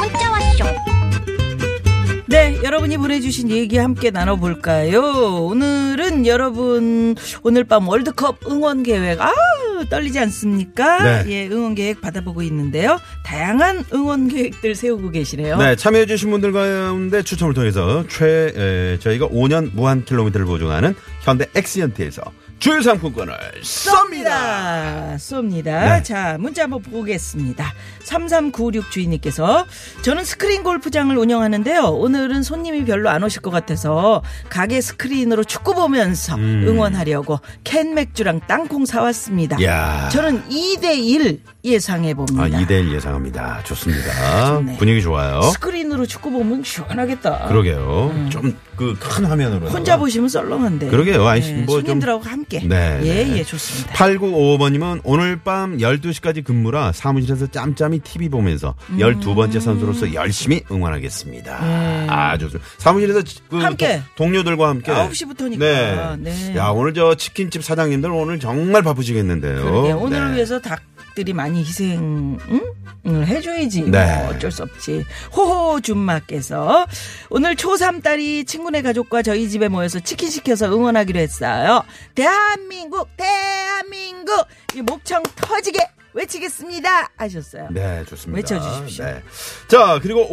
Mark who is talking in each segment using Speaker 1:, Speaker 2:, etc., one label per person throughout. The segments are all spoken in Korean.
Speaker 1: 문자 왔쇼
Speaker 2: 네, 여러분이 보내주신 얘기 함께 나눠볼까요? 오늘은 여러분 오늘 밤 월드컵 응원 계획 아 떨리지 않습니까?
Speaker 3: 네.
Speaker 2: 예, 응원 계획 받아보고 있는데요. 다양한 응원 계획들 세우고 계시네요.
Speaker 3: 네, 참여해주신 분들 가운데 추첨을 통해서 최, 에, 저희가 5년 무한 킬로미터를 보증하는 현대 엑시언트에서 주요 상품권을 쏩니다!
Speaker 2: 쏩니다. 쏩니다.
Speaker 3: 네.
Speaker 2: 자, 문자 한번 보겠습니다. 3396 주인님께서 저는 스크린 골프장을 운영하는데요. 오늘은 손님이 별로 안 오실 것 같아서 가게 스크린으로 축구 보면서
Speaker 3: 음.
Speaker 2: 응원하려고 캔 맥주랑 땅콩 사왔습니다.
Speaker 3: 이야.
Speaker 2: 저는 2대1 예상해 봅니다.
Speaker 3: 아, 2대1 예상합니다. 좋습니다.
Speaker 2: 좋네.
Speaker 3: 분위기 좋아요.
Speaker 2: 스크린으로 축구 보면 시원하겠다.
Speaker 3: 그러게요. 좀 그 큰 화면으로.
Speaker 2: 혼자 보시면 썰렁한데.
Speaker 3: 그러게요. 아이씨,
Speaker 2: 네,
Speaker 3: 뭐 좀-
Speaker 2: 손님들하고 함께.
Speaker 3: 네,
Speaker 2: 예,
Speaker 3: 네.
Speaker 2: 예, 좋습니다.
Speaker 3: 8955번님은 오늘 밤 12시까지 근무라 사무실에서 짬짬이 TV 보면서 12번째
Speaker 2: 음.
Speaker 3: 선수로서 열심히 응원하겠습니다. 아, 좋습니다. 사무실에서 그
Speaker 2: 예. 함께.
Speaker 3: 도- 동료들과 함께.
Speaker 2: 9시부터니까. 네.
Speaker 3: 야, 오늘 저 치킨집 사장님들 오늘 정말 바쁘시겠는데요.
Speaker 2: 그러게 오늘을
Speaker 3: 네.
Speaker 2: 위해서 닭들이 많이 희생을 해줘야지
Speaker 3: 네.
Speaker 2: 뭐 어쩔 수 없지 호호 줌마께서 오늘 초3 딸이 친구네 가족과 저희 집에 모여서 치킨 시켜서 응원하기로 했어요 대한민국 대한민국 이 목청 터지게 외치겠습니다 하셨어요
Speaker 3: 네, 좋습니다.
Speaker 2: 외쳐주십시오.
Speaker 3: 네. 자, 그리고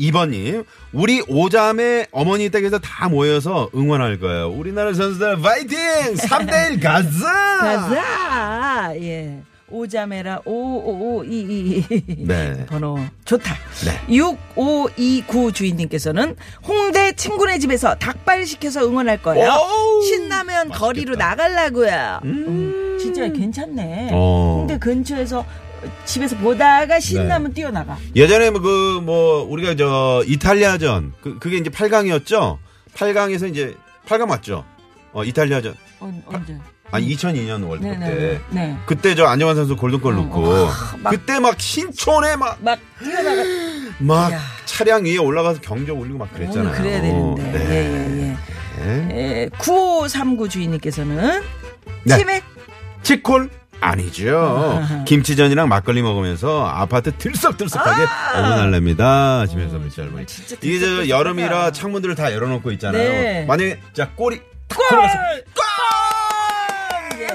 Speaker 3: 5222번님. 우리 오자매 어머니 댁에서 다 모여서 응원할 거예요. 우리나라 선수들 파이팅! 3대1 가자!
Speaker 2: 가자 예 오자메라 오오오이이
Speaker 3: 네.
Speaker 2: 번호 좋다.
Speaker 3: 네.
Speaker 2: 6529 주인님께서는 홍대 친구네 집에서 닭발 시켜서 응원할 거예요.
Speaker 3: 오우,
Speaker 2: 신라면
Speaker 3: 맛있겠다.
Speaker 2: 거리로 나가려고요. 음, 진짜 괜찮네.
Speaker 3: 어.
Speaker 2: 홍대 근처에서 집에서 보다가 신라면
Speaker 3: 네.
Speaker 2: 뛰어나가.
Speaker 3: 예전에 뭐 그 뭐 우리가 저 이탈리아전 그 그게 이제 8강이었죠. 8강에서 이제 8강 맞죠? 어 이탈리아전
Speaker 2: 언, 언제?
Speaker 3: 아니 2002년 월드컵
Speaker 2: 음. 네네.
Speaker 3: 때
Speaker 2: 네.
Speaker 3: 그때 저 안정환 선수 골든골 넣고
Speaker 2: 막-
Speaker 3: 그때 막 신촌에 막
Speaker 2: 막
Speaker 3: 막
Speaker 2: 뛰어나가. 야.
Speaker 3: 차량 위에 올라가서 경적 울리고 막
Speaker 2: 오늘
Speaker 3: 그랬잖아요.
Speaker 2: 그래야 되는데. 예, 예,
Speaker 3: 네.
Speaker 2: 예. 예, 9539 주인님께서는
Speaker 3: 네.
Speaker 2: 치맥
Speaker 3: 치콜 아니죠. 김치전이랑 막걸리 먹으면서 아파트 들썩들썩하게 응원할랍니다. 집에서 미션 분.
Speaker 2: 아, 진짜
Speaker 3: 이게 저
Speaker 2: 들썩들썩하다.
Speaker 3: 여름이라 창문들을 다 열어놓고 있잖아요.
Speaker 2: 네.
Speaker 3: 만약에 자 꼬리 탁 들어가서 골!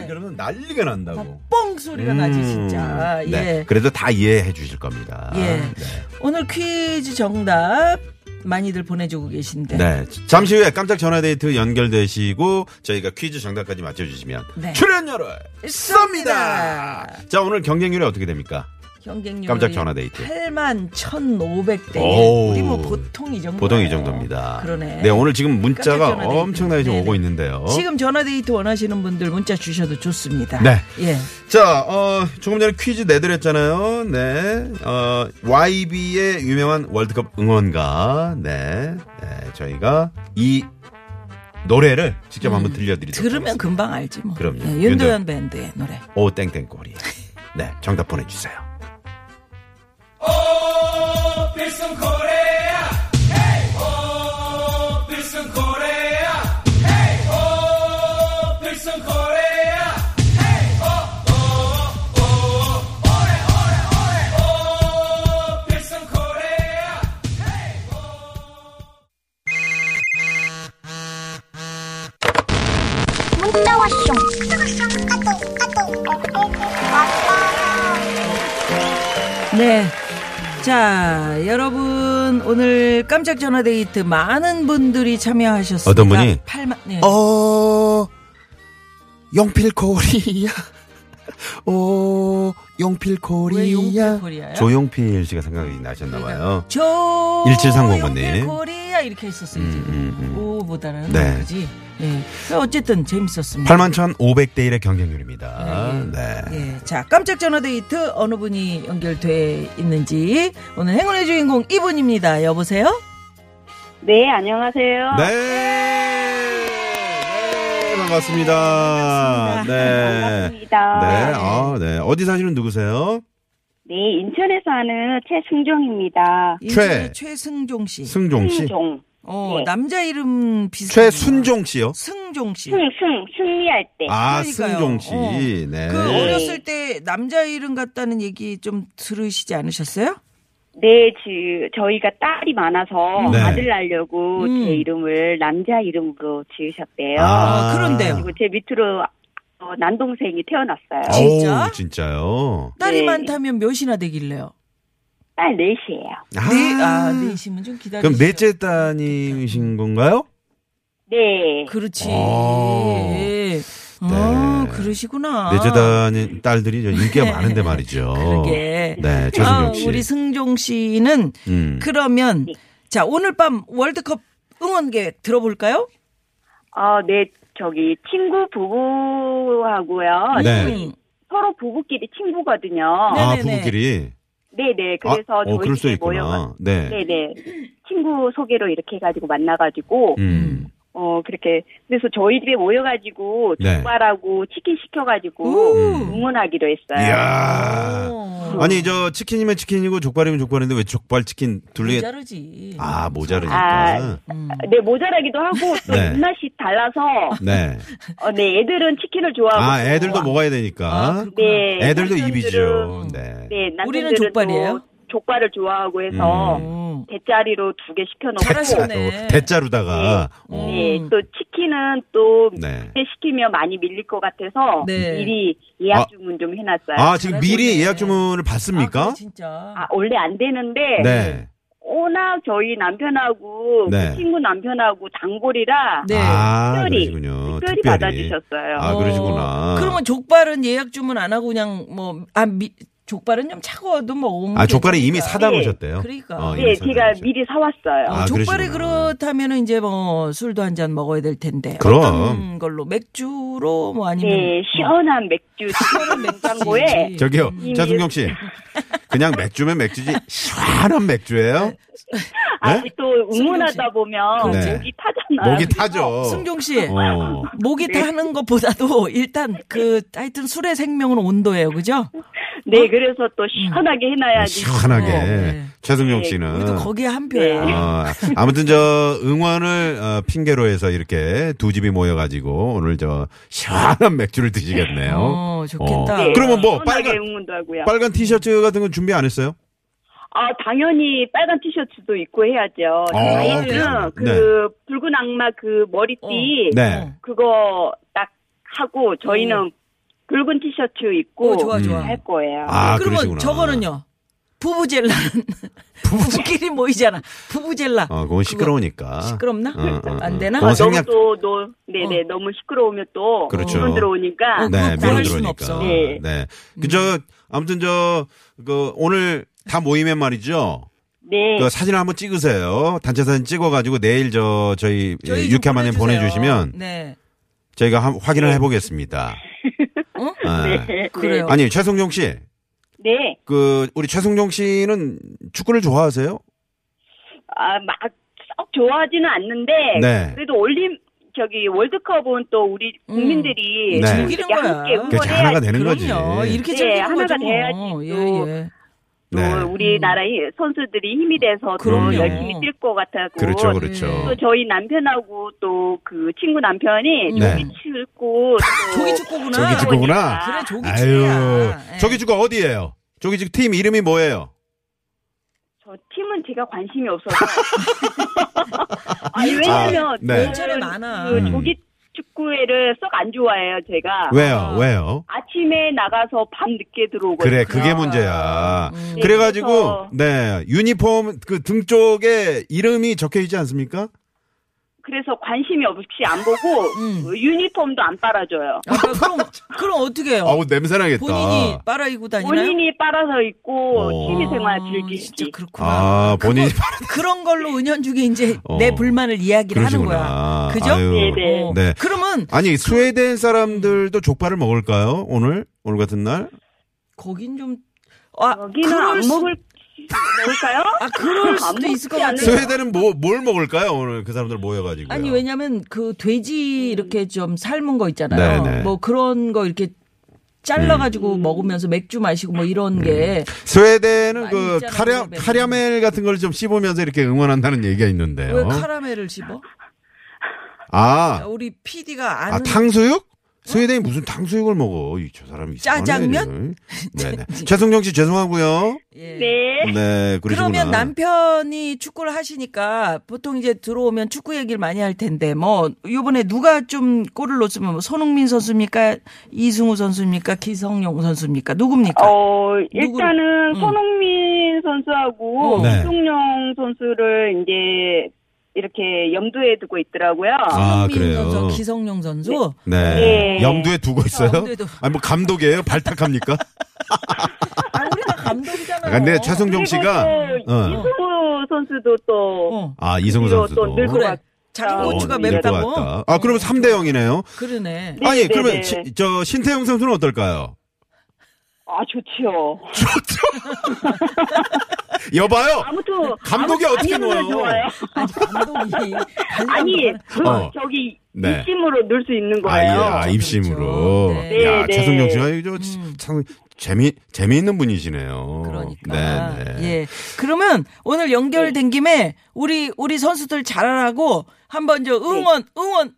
Speaker 3: 그러면 난리가 난다고.
Speaker 2: 뽕 소리가 예. 나지 진짜.
Speaker 3: 음,
Speaker 2: 예.
Speaker 3: 네. 그래도 다 이해해 주실 겁니다.
Speaker 2: 예.
Speaker 3: 네.
Speaker 2: 오늘 퀴즈 정답 많이들 보내주고 계신데.
Speaker 3: 네. 잠시 후에 깜짝 전화데이트 연결되시고 저희가 퀴즈 정답까지 맞춰주시면
Speaker 2: 네.
Speaker 3: 출연료를
Speaker 2: 쏩니다.
Speaker 3: 쏩니다. 자 오늘 경쟁률이 어떻게 됩니까?
Speaker 2: 경쟁률
Speaker 3: 깜짝 전화데이트.
Speaker 2: 8만 1,500대.
Speaker 3: 오우.
Speaker 2: 우리 뭐 보통 이 정도.
Speaker 3: 보통 이 정도입니다.
Speaker 2: 그러네.
Speaker 3: 네, 오늘 지금 문자가
Speaker 2: 깜짝 전화데이트.
Speaker 3: 엄청나게 지금
Speaker 2: 네네.
Speaker 3: 오고 있는데요.
Speaker 2: 지금 전화데이트 원하시는 분들 문자 주셔도 좋습니다.
Speaker 3: 네.
Speaker 2: 예.
Speaker 3: 자, 어, 조금 전에 퀴즈 내드렸잖아요. 네. 어, YB의 유명한 월드컵 응원가. 네. 네, 저희가 이 노래를 직접 한번 들려드리도록
Speaker 2: 음, 들으면
Speaker 3: 하겠습니다.
Speaker 2: 금방 알지 뭐.
Speaker 3: 그럼요.
Speaker 2: 예, 윤도현 밴드의 노래.
Speaker 3: 오, 땡땡꼬리. 네, 정답 보내주세요.
Speaker 1: 문자 왔쇼 까똑 까똑 왔어요
Speaker 2: 네. 자, 여러분 오늘 깜짝 전화데이트 많은 분들이 참여하셨습니다.
Speaker 3: 어떤 분이?
Speaker 2: 8만. 네.
Speaker 3: 어, 용필 코리아. 오, 어, 용필
Speaker 2: 왜 용필 코리아야?
Speaker 3: 조용필 씨가 생각이 나셨나봐요.
Speaker 2: 조
Speaker 3: 1730 번님. 음,
Speaker 2: 용필 코리아 이렇게 했었어요. 지 오보다는
Speaker 3: 네.
Speaker 2: 네. 그지. 예. 그래서 어쨌든 재밌었습니다.
Speaker 3: 81,500대 1의 경쟁률입니다. 네.
Speaker 2: 네. 예. 자, 깜짝 전화 데이트 어느 분이 연결돼 있는지 오늘 행운의 주인공 이분입니다. 여보세요?
Speaker 4: 네, 안녕하세요.
Speaker 3: 아, 네. 네. 반갑습니다. 네. 네,
Speaker 4: 반갑습니다.
Speaker 3: 아, 네. 어디 사시는 누구세요?
Speaker 4: 네, 인천에 사는 최승종입니다.
Speaker 2: 인천의
Speaker 3: 최.
Speaker 2: 최승종 씨.
Speaker 3: 승종 씨.
Speaker 4: 승종.
Speaker 2: 어,
Speaker 4: 네.
Speaker 2: 남자 이름 비슷해.
Speaker 3: 최순종 씨요?
Speaker 2: 승종 씨.
Speaker 4: 승, 승, 승리할 때.
Speaker 3: 아,
Speaker 2: 그러니까요.
Speaker 3: 승종 씨.
Speaker 2: 어.
Speaker 3: 네.
Speaker 2: 그 어렸을 때 남자 이름 같다는 얘기 좀 들으시지 않으셨어요?
Speaker 4: 네, 지, 저희가 딸이 많아서
Speaker 3: 네.
Speaker 4: 아들 낳으려고
Speaker 2: 음.
Speaker 4: 제 이름을 남자 이름으로 지으셨대요.
Speaker 3: 아.
Speaker 2: 어, 그런데요.
Speaker 4: 그리고 제 밑으로 어, 난동생이 태어났어요.
Speaker 2: 진짜?
Speaker 3: 어우, 진짜요?
Speaker 2: 딸이
Speaker 4: 네.
Speaker 2: 많다면 몇이나 되길래요?
Speaker 4: 딸 넷이에요.
Speaker 3: 아,
Speaker 2: 네, 아, 내시면 좀 기다려.
Speaker 3: 그럼 넷째 따님이신 건가요?
Speaker 4: 네.
Speaker 2: 그렇지.
Speaker 3: 어.
Speaker 2: 아,
Speaker 3: 네.
Speaker 2: 그러시구나.
Speaker 3: 넷째 따님 딸들이 저 인기가 많은데 말이죠.
Speaker 2: 아. 네. 그러게.
Speaker 3: 네,
Speaker 2: 아,
Speaker 3: 최승종 씨.
Speaker 2: 우리 승종 씨는
Speaker 3: 음.
Speaker 2: 그러면 자 오늘 밤 월드컵 응원 계획 들어볼까요?
Speaker 4: 어, 네, 저기 친구 부부하고요.
Speaker 3: 네.
Speaker 2: 음,
Speaker 4: 서로 부부끼리 친구거든요.
Speaker 2: 네.
Speaker 3: 아,
Speaker 2: 네네네.
Speaker 3: 부부끼리.
Speaker 4: 네, 네. 그래서
Speaker 3: 아, 어, 그럴 수
Speaker 4: 저희 집에 모여
Speaker 3: 있구나. 네.
Speaker 4: 네, 네. 친구 소개로 이렇게 해 가지고 만나 가지고
Speaker 3: 음.
Speaker 4: 어, 그렇게. 그래서 저희 집에 모여가지고,
Speaker 3: 네.
Speaker 4: 족발하고 치킨 시켜가지고,
Speaker 2: 오.
Speaker 4: 응원하기로 했어요.
Speaker 3: 이야.
Speaker 2: 어.
Speaker 3: 아니 저 치킨이면 치킨이고 족발이면 족발인데 왜 족발 치킨 둘리
Speaker 2: 자르지.
Speaker 3: 아 모자르니까
Speaker 2: 음.
Speaker 4: 네, 모자라기도 하고, 또
Speaker 3: 네.
Speaker 4: 입맛이 달라서,
Speaker 3: 네아
Speaker 4: 어, 네, 애들은 치킨을 좋아하고.
Speaker 3: 애들도
Speaker 4: 어,
Speaker 3: 먹어야
Speaker 2: 아,
Speaker 3: 되니까
Speaker 2: 그렇구나.
Speaker 4: 네.
Speaker 3: 애들도
Speaker 4: 남편들은,
Speaker 3: 입이죠 네
Speaker 4: 네, 남편들은
Speaker 2: 우리는 족발이에요?
Speaker 4: 또 족발을 좋아하고 해서,
Speaker 3: 음.
Speaker 2: 어.
Speaker 4: 대짜리로 두 개 시켜놓고,
Speaker 2: 잘하시네.
Speaker 3: 또 대자루다가 어,
Speaker 4: 네, 또 치킨은 또,
Speaker 3: 네.
Speaker 4: 네. 시키면 많이 밀릴 것 같아서,
Speaker 2: 네.
Speaker 4: 미리
Speaker 3: 아.
Speaker 4: 예약 주문 좀 해놨어요.
Speaker 3: 아 지금 미리
Speaker 2: 잘하시네.
Speaker 3: 예약 주문을
Speaker 2: 아,
Speaker 3: 받습니까
Speaker 2: 그거 진짜.
Speaker 4: 아, 원래 안 되는데,
Speaker 3: 네
Speaker 4: 워낙 저희 남편하고
Speaker 3: 네.
Speaker 4: 그 친구 남편하고 단골이라
Speaker 2: 네.
Speaker 3: 아,
Speaker 4: 특별히,
Speaker 3: 그러시군요.
Speaker 4: 특별히 받아주셨어요.
Speaker 3: 아, 그러시구나.
Speaker 2: 그러면 족발은 예약 주문 안 하고 그냥 뭐 아 미, 족발은 좀 차가워도 뭐, 먹으면
Speaker 3: 아, 족발이 이미
Speaker 2: 되니까.
Speaker 3: 사다 놓으셨대요.
Speaker 2: 네. 그러니까.
Speaker 3: 어, 이미
Speaker 4: 네,
Speaker 3: 사다
Speaker 4: 제가
Speaker 3: 놓으셨-
Speaker 4: 미리 사왔어요.
Speaker 3: 아,
Speaker 2: 족발이
Speaker 3: 그러시구나.
Speaker 2: 그렇다면은 이제 뭐 술도 한 잔 먹어야 될 텐데.
Speaker 3: 그럼.
Speaker 2: 어떤 걸로 맥주로 뭐 아니면
Speaker 4: 네, 시원한 맥주, 시원한 냉장고에
Speaker 2: 맥주지.
Speaker 3: 저기요,
Speaker 4: 이미-
Speaker 3: 차승경 씨. 그냥 맥주면 맥주지 시원한 맥주예요? 네?
Speaker 4: 아직 또 응원하다 보면
Speaker 3: 그렇지.
Speaker 4: 목이 네. 타잖아요.
Speaker 3: 목이 타죠.
Speaker 2: 승종 씨.
Speaker 3: 어.
Speaker 2: 목이
Speaker 4: 네.
Speaker 2: 타는 것보다도 일단 그 하여튼 술의 생명은 온도예요, 그죠?
Speaker 4: 네, 그래서 또 시원하게 해놔야지.
Speaker 3: 시원하게.
Speaker 2: 어, 네.
Speaker 3: 최승용
Speaker 4: 네,
Speaker 2: 우리도
Speaker 3: 씨는.
Speaker 2: 거기에 한 표야.
Speaker 4: 네.
Speaker 3: 어, 아무튼 저 응원을 어, 핑계로 해서 이렇게 두 집이 모여가지고 오늘 저 시원한 맥주를 드시겠네요.
Speaker 2: 어, 좋겠다.
Speaker 3: 어. 그러면 뭐
Speaker 4: 시원하게
Speaker 3: 빨간
Speaker 4: 응원도 하고요.
Speaker 3: 빨간 티셔츠 같은 건 준비 안 했어요?
Speaker 4: 아, 당연히 빨간 티셔츠도 입고 해야죠.
Speaker 3: 아, 그래요?
Speaker 4: 저희는 그 붉은 악마 그 머리띠
Speaker 2: 어.
Speaker 3: 네.
Speaker 4: 그거 딱 하고 저희는 붉은 티셔츠 입고
Speaker 2: 음. 오, 좋아, 좋아.
Speaker 4: 할 거예요.
Speaker 3: 음. 아,
Speaker 2: 그러면
Speaker 3: 그러시구나.
Speaker 2: 저거는요. 부부젤라는 부부끼리 모이잖아. 부부젤라.
Speaker 3: 어, 그건 시끄러우니까.
Speaker 2: 시끄럽나?
Speaker 3: 어, 어, 어.
Speaker 2: 안 되나?
Speaker 3: 그건
Speaker 2: 아,
Speaker 3: 생략.
Speaker 4: 너무 또, 너, 네네, 너무 시끄러우면 또,
Speaker 3: 그렇죠.
Speaker 4: 문 들어오니까,
Speaker 2: 어,
Speaker 3: 네,
Speaker 2: 그거
Speaker 3: 밀어
Speaker 2: 나갈 수는
Speaker 3: 들어오니까.
Speaker 2: 없어. 음.
Speaker 3: 네.
Speaker 4: 네.
Speaker 3: 그저 아무튼 저 그 오늘 다 모이면 말이죠.
Speaker 4: 네,
Speaker 3: 그 사진을 한번 찍으세요. 단체 사진 찍어가지고 내일 저 저희, 예,
Speaker 2: 저희 좀
Speaker 3: 육회만에 보내주시면
Speaker 2: 네.
Speaker 3: 저희가 한, 확인을 해보겠습니다.
Speaker 2: 어?
Speaker 3: 네.
Speaker 4: 네,
Speaker 2: 그래요.
Speaker 3: 아니 최승용 씨,
Speaker 4: 네,
Speaker 3: 그 우리 최승용 씨는 축구를 좋아하세요?
Speaker 4: 아, 막, 썩 좋아하지는 않는데,
Speaker 3: 네.
Speaker 4: 그래도 올림, 저기, 월드컵은 또 우리 국민들이,
Speaker 3: 네.
Speaker 2: 즐기는 거야.
Speaker 4: 함께
Speaker 3: 그게
Speaker 4: 응원해야지.
Speaker 3: 하나가 되는 거지.
Speaker 2: 그럼요. 이렇게
Speaker 4: 네,
Speaker 2: 즐기는
Speaker 4: 하나가
Speaker 2: 거죠.
Speaker 4: 돼야지
Speaker 2: 뭐. 예,
Speaker 4: 또.
Speaker 2: 예.
Speaker 4: 또
Speaker 3: 네.
Speaker 2: 음.
Speaker 4: 우리나라의 선수들이 힘이 돼서 또
Speaker 2: 그럼요.
Speaker 4: 열심히 뛸 것 같아고,
Speaker 3: 그렇죠, 그렇죠.
Speaker 4: 또 저희 남편하고 또 그 친구 남편이
Speaker 3: 네.
Speaker 4: 조기 축구
Speaker 2: 조기 축구구나.
Speaker 3: 조기
Speaker 4: 아.
Speaker 3: 축구구나.
Speaker 2: 그래, 조기
Speaker 3: 아유,
Speaker 2: 축구야. 예.
Speaker 3: 저기 축구 어디예요? 저기 지금 팀 이름이 뭐예요?
Speaker 4: 저 팀은 제가 관심이 없어서 아니 왜냐면
Speaker 3: 아, 네.
Speaker 4: 저는
Speaker 2: 인천에 많아.
Speaker 4: 그
Speaker 3: 음.
Speaker 4: 조기 축구회를 썩 안 좋아해요 제가
Speaker 3: 왜요?
Speaker 2: 아.
Speaker 3: 왜요?
Speaker 4: 아침에 나가서 밤 늦게 들어오고
Speaker 3: 그래, 그게 문제야. 그래가지고,
Speaker 4: 그래서-
Speaker 3: 네, 유니폼 그 등 쪽에 이름이 적혀 있지 않습니까?
Speaker 4: 그래서 관심이 없이 안 보고
Speaker 2: 음.
Speaker 4: 어, 유니폼도 안 빨아줘요
Speaker 2: 아, 그럼 그럼 어떻게 해요?
Speaker 3: 아우, 냄새나겠다.
Speaker 2: 본인이 빨아 입고 다니나요?
Speaker 4: 본인이 빨아서 입고
Speaker 3: 어.
Speaker 4: 취미
Speaker 2: 아,
Speaker 4: 생활 즐기지
Speaker 2: 진짜 그렇구나.
Speaker 3: 아, 본인이 빨-
Speaker 2: 그런 걸로 은연중에 이제
Speaker 3: 어.
Speaker 2: 내 불만을 이야기를
Speaker 3: 그러시구나.
Speaker 2: 하는 거야. 그죠?
Speaker 3: 아유.
Speaker 4: 네, 네.
Speaker 2: 어.
Speaker 3: 네.
Speaker 2: 그러면
Speaker 3: 아니, 스웨덴 사람들도 족발을 먹을까요? 오늘? 오늘 같은 날?
Speaker 2: 거긴 좀 아,
Speaker 4: 여기는
Speaker 2: 그럴
Speaker 4: 안
Speaker 2: 수-
Speaker 4: 먹을 먹을까요?
Speaker 2: 아, 그럴 수도
Speaker 4: 안
Speaker 2: 있을 것
Speaker 4: 먹지
Speaker 2: 같아요.
Speaker 4: 않을까요?
Speaker 3: 스웨덴은 뭐, 뭘 먹을까요? 오늘 그 사람들 모여가지고.
Speaker 2: 아니 왜냐면 그 돼지 이렇게 좀 삶은 거 있잖아요.
Speaker 3: 네네. 음.
Speaker 2: 뭐 그런 거 이렇게 잘라가지고 먹으면서 맥주 마시고 뭐 이런 게
Speaker 3: 스웨덴은
Speaker 2: 많이
Speaker 3: 그
Speaker 2: 있잖아요,
Speaker 3: 카랴,
Speaker 2: 맨날.
Speaker 3: 카랴멜 같은 걸 좀 씹으면서 이렇게 응원한다는 얘기가
Speaker 2: 왜
Speaker 3: 있는데요.
Speaker 2: 카라멜을 씹어? 야,
Speaker 3: 아,
Speaker 2: 우리 PD가
Speaker 3: 아,
Speaker 2: 아는
Speaker 3: 탕수육? 스웨덴이 무슨 탕수육을 먹어? 이, 저 사람이. 이상하네,
Speaker 2: 어? 짜장면?
Speaker 3: 얘들. 네네. 최승정 씨 죄송하고요.
Speaker 2: 예.
Speaker 4: 네.
Speaker 3: 네, 그러시구나.
Speaker 2: 그러면 남편이 축구를 하시니까 보통 이제 들어오면 축구 얘기를 많이 할 텐데 뭐 요번에 누가 좀 골을 넣었으면 뭐 손흥민 선수입니까? 이승우 선수입니까? 기성용 선수입니까? 누굽니까?
Speaker 4: 어, 일단은
Speaker 2: 음.
Speaker 4: 손흥민
Speaker 2: 어.
Speaker 4: 선수하고
Speaker 3: 네.
Speaker 4: 이승용 선수를 이제 이렇게 염두에 두고 있더라고요.
Speaker 3: 아,
Speaker 2: 손흥민
Speaker 3: 그래요.
Speaker 2: 선수, 기성용 선수.
Speaker 3: 네.
Speaker 4: 네.
Speaker 3: 염두에 두고 있어요?
Speaker 2: 예. 염두에도.
Speaker 3: 아니, 뭐 감독이에요? 발탁합니까?
Speaker 2: 아, 우리가 감독이잖아요.
Speaker 3: 근데 최승정 씨가,
Speaker 4: 그리고 또
Speaker 3: 어.
Speaker 4: 이승우 선수도 또
Speaker 2: 어.
Speaker 3: 아, 이승우
Speaker 4: 이거 또
Speaker 3: 선수도.
Speaker 4: 늘
Speaker 2: 그래.
Speaker 4: 어,
Speaker 2: 작은
Speaker 4: 어,
Speaker 2: 고추가
Speaker 3: 늘
Speaker 2: 맵다고.
Speaker 3: 들어왔다. 아, 그러면 3대 0이네요.
Speaker 2: 그러네.
Speaker 4: 네,
Speaker 3: 아니,
Speaker 4: 네,
Speaker 3: 그러면
Speaker 4: 네.
Speaker 3: 시- 저 신태용 선수는 어떨까요?
Speaker 4: 아 좋지요.
Speaker 3: 여봐요.
Speaker 2: 네,
Speaker 4: 아무튼
Speaker 3: 감독이
Speaker 4: 아무-
Speaker 3: 어떻게
Speaker 4: 아니면
Speaker 3: 놓아요?
Speaker 4: 좋아요.
Speaker 2: 아니, 감독이.
Speaker 4: 아니 그
Speaker 3: 어.
Speaker 4: 저기
Speaker 3: 네.
Speaker 4: 입심으로 넣을 수 있는
Speaker 3: 아,
Speaker 4: 거예요.
Speaker 3: 예, 아, 입심으로.
Speaker 2: 그렇죠. 네. 음.
Speaker 3: 야,
Speaker 4: 네,
Speaker 3: 최승정
Speaker 4: 네.
Speaker 3: 씨가 이거 참 재미, 재미있는 분이시네요.
Speaker 2: 그러니까.
Speaker 3: 네, 네.
Speaker 2: 예. 그러면 오늘 연결된 김에 우리 우리 선수들 잘하라고 한번 저 응원 응원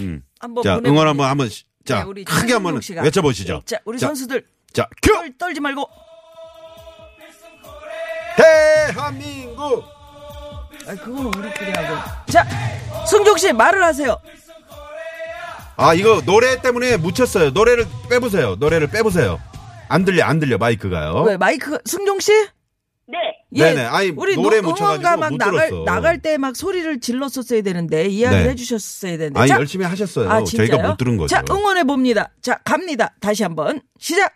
Speaker 3: 음.
Speaker 2: 한번
Speaker 3: 자,
Speaker 2: 보내.
Speaker 3: 응원 한번, 한번, 시- 자,
Speaker 2: 네, 우리
Speaker 3: 크게 한번
Speaker 2: 최승용 씨가.
Speaker 3: 외쳐보시죠.
Speaker 2: 자, 우리
Speaker 3: 자,
Speaker 2: 선수들
Speaker 3: 자, 큐!
Speaker 2: 떨, 떨지 말고 네,
Speaker 3: 대한민국!
Speaker 2: 아, 그건 우리끼리 하고. 자, 승종 씨 말을 하세요.
Speaker 3: 아, 이거 노래 때문에 묻혔어요. 노래를 빼보세요. 노래를 빼보세요. 안 들려, 안 들려, 마이크가요.
Speaker 2: 왜 마이크 승종 씨? 예.
Speaker 4: 네.
Speaker 3: 어? 네네, 아니,
Speaker 2: 우리
Speaker 3: 노래
Speaker 2: 노-
Speaker 3: 묻혀가지고
Speaker 2: 응원가 막
Speaker 3: 못
Speaker 2: 나갈
Speaker 3: 들었어.
Speaker 2: 나갈 때 막 소리를 질렀었어야 되는데 이야기를
Speaker 3: 네.
Speaker 2: 해주셨어야 되는데.
Speaker 3: 아니,
Speaker 2: 자,
Speaker 3: 열심히 하셨어요.
Speaker 2: 아, 진짜요?
Speaker 3: 저희가 못 들은 거죠.
Speaker 2: 자, 응원해 봅니다. 자, 갑니다. 다시 한번 시작.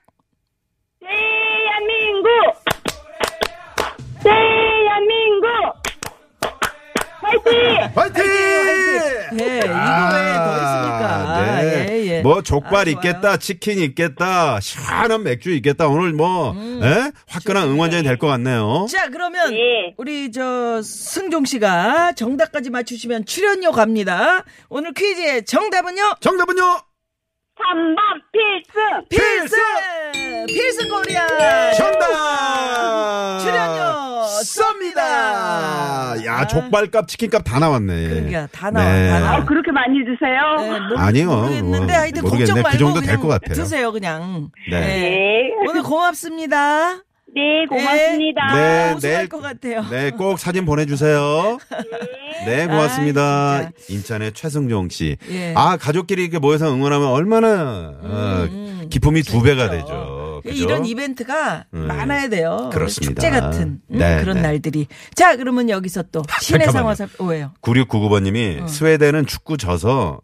Speaker 4: 대한민국 대한민국 화이팅!
Speaker 3: 화이팅! 아,
Speaker 2: 예, 이거 왜더 있습니까?
Speaker 3: 네.
Speaker 2: 예, 예.
Speaker 3: 뭐 족발
Speaker 2: 아,
Speaker 3: 있겠다, 치킨 있겠다, 시원한 맥주 있겠다. 오늘 뭐 예? 화끈한 응원전이 될 것 같네요.
Speaker 2: 음, 자, 그러면
Speaker 4: 예.
Speaker 2: 우리 저 승종 씨가 정답까지 맞추시면 출연료 갑니다. 오늘 퀴즈의 정답은요?
Speaker 3: 정답은요.
Speaker 4: 3번 필승!
Speaker 2: 필승! 필승 코리아!
Speaker 3: 정답.
Speaker 2: 출연료
Speaker 3: 쏩니다. 야
Speaker 2: 아.
Speaker 3: 족발값, 치킨값 다 나왔네.
Speaker 2: 그러니까 다 나와, 다 나와.
Speaker 4: 아, 그렇게 많이 드세요?
Speaker 2: 네, 모르-
Speaker 3: 아니요.
Speaker 2: 모르겠는데
Speaker 3: 뭐,
Speaker 2: 하여튼
Speaker 3: 모르겠네.
Speaker 2: 걱정
Speaker 3: 그
Speaker 2: 말고
Speaker 3: 정도
Speaker 2: 그냥
Speaker 3: 될것 같아요.
Speaker 2: 드세요 그냥.
Speaker 3: 네.
Speaker 4: 네.
Speaker 2: 오늘 고맙습니다. 아,
Speaker 4: 네, 고맙습니다.
Speaker 3: 네,
Speaker 2: 우승할
Speaker 3: 내일
Speaker 2: 것 같아요.
Speaker 3: 네, 꼭 사진 보내주세요. 네, 고맙습니다.
Speaker 2: 아,
Speaker 3: 인천의 최승종 씨.
Speaker 2: 예.
Speaker 3: 아, 가족끼리 이렇게 모여서 응원하면 얼마나 어, 기쁨이 두 배가 되죠. 그죠?
Speaker 2: 음, 예, 이런 이벤트가
Speaker 3: 음,
Speaker 2: 많아야 돼요.
Speaker 3: 그렇습니다.
Speaker 2: 축제 같은 음,
Speaker 3: 네,
Speaker 2: 그런
Speaker 3: 네.
Speaker 2: 날들이. 자, 그러면 여기서 또 신의 상황
Speaker 3: 잠깐만요.
Speaker 2: 살 오예요. 어.
Speaker 3: 9699번님이 스웨덴은 축구 져서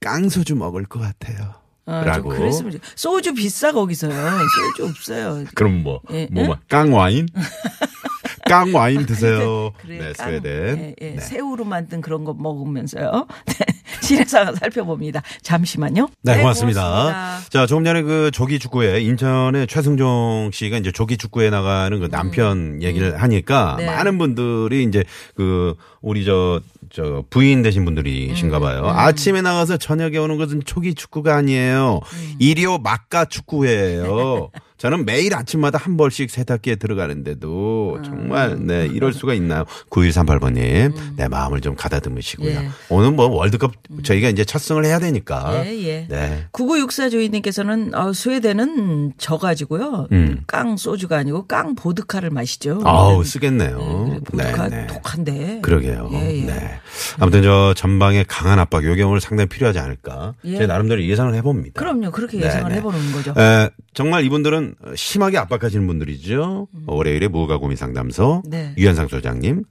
Speaker 3: 깡소주 먹을 것 같아요.
Speaker 2: 아, 좀
Speaker 3: 라고.
Speaker 2: 그랬으면 좋- 소주 비싸 거기서요. 소주 없어요.
Speaker 3: 그럼 뭐,
Speaker 2: 예,
Speaker 3: 뭐,
Speaker 2: 예?
Speaker 3: 뭐, 깡 와인? 깡 와인 드세요. 네,
Speaker 2: 깡.
Speaker 3: 스웨덴.
Speaker 2: 예, 예.
Speaker 3: 네.
Speaker 2: 새우로 만든 그런 거 먹으면서요. 네, 신의 상황 살펴봅니다. 잠시만요.
Speaker 3: 네, 고맙습니다. 자, 조금 전에 그 조기 축구에 인천의 최승종 씨가 이제 조기 축구에 나가는 그 남편 얘기를 하니까
Speaker 2: 네.
Speaker 3: 많은 분들이 이제 그 우리 저, 저 부인 되신 분들이신가 봐요. 아침에 나가서 저녁에 오는 것은 조기 축구가 아니에요. 일요 막가 축구예요. 저는 매일 아침마다 한 벌씩 세탁기에 들어가는데도 정말 네 이럴 수가 있나요? 9138번님 내 마음을 좀 가다듬으시고요.
Speaker 2: 예.
Speaker 3: 오늘 뭐 월드컵 저희가 이제 첫 승을 해야 되니까
Speaker 2: 예, 예.
Speaker 3: 네.
Speaker 2: 9964 조이님께서는 어, 스웨덴은 져가지고요. 깡 소주가 아니고 깡 보드카를 마시죠.
Speaker 3: 음. 아우 음.
Speaker 2: 네,
Speaker 3: 쓰겠네요.
Speaker 2: 그래, 보드카 독한데.
Speaker 3: 그러게요.
Speaker 2: 예, 예.
Speaker 3: 네. 아무튼 저 전방의 강한 압박 요게 오늘 상당히 필요하지 않을까.
Speaker 2: 예.
Speaker 3: 제 나름대로 예상을 해봅니다.
Speaker 2: 그럼요. 그렇게
Speaker 3: 네,
Speaker 2: 예상을
Speaker 3: 네.
Speaker 2: 해보는 거죠.
Speaker 3: 에, 정말 이분들은 심하게 압박하시는 분들이죠. 어, 월요일에 무허가 고민 상담소
Speaker 2: 음. 네.
Speaker 3: 유현상 소장님,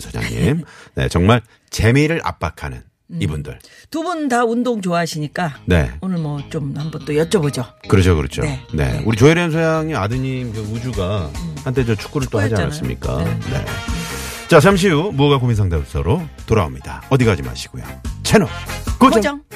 Speaker 3: 소장님. 네, 정말 재미를 압박하는
Speaker 2: 음.
Speaker 3: 이분들.
Speaker 2: 두 분 다 운동 좋아하시니까
Speaker 3: 네.
Speaker 2: 오늘 뭐 좀 한번 또 여쭤보죠.
Speaker 3: 그렇죠, 그렇죠. 네.
Speaker 2: 네. 음.
Speaker 3: 우리 조혜련 소양의 아드님 그 우주가 한때 저 축구를 또 하지
Speaker 2: 축구했잖아요.
Speaker 3: 않았습니까? 네. 자, 잠시 후 무허가 고민 상담소로 돌아옵니다. 어디 가지 마시고요. 채널 고정.
Speaker 2: 고정.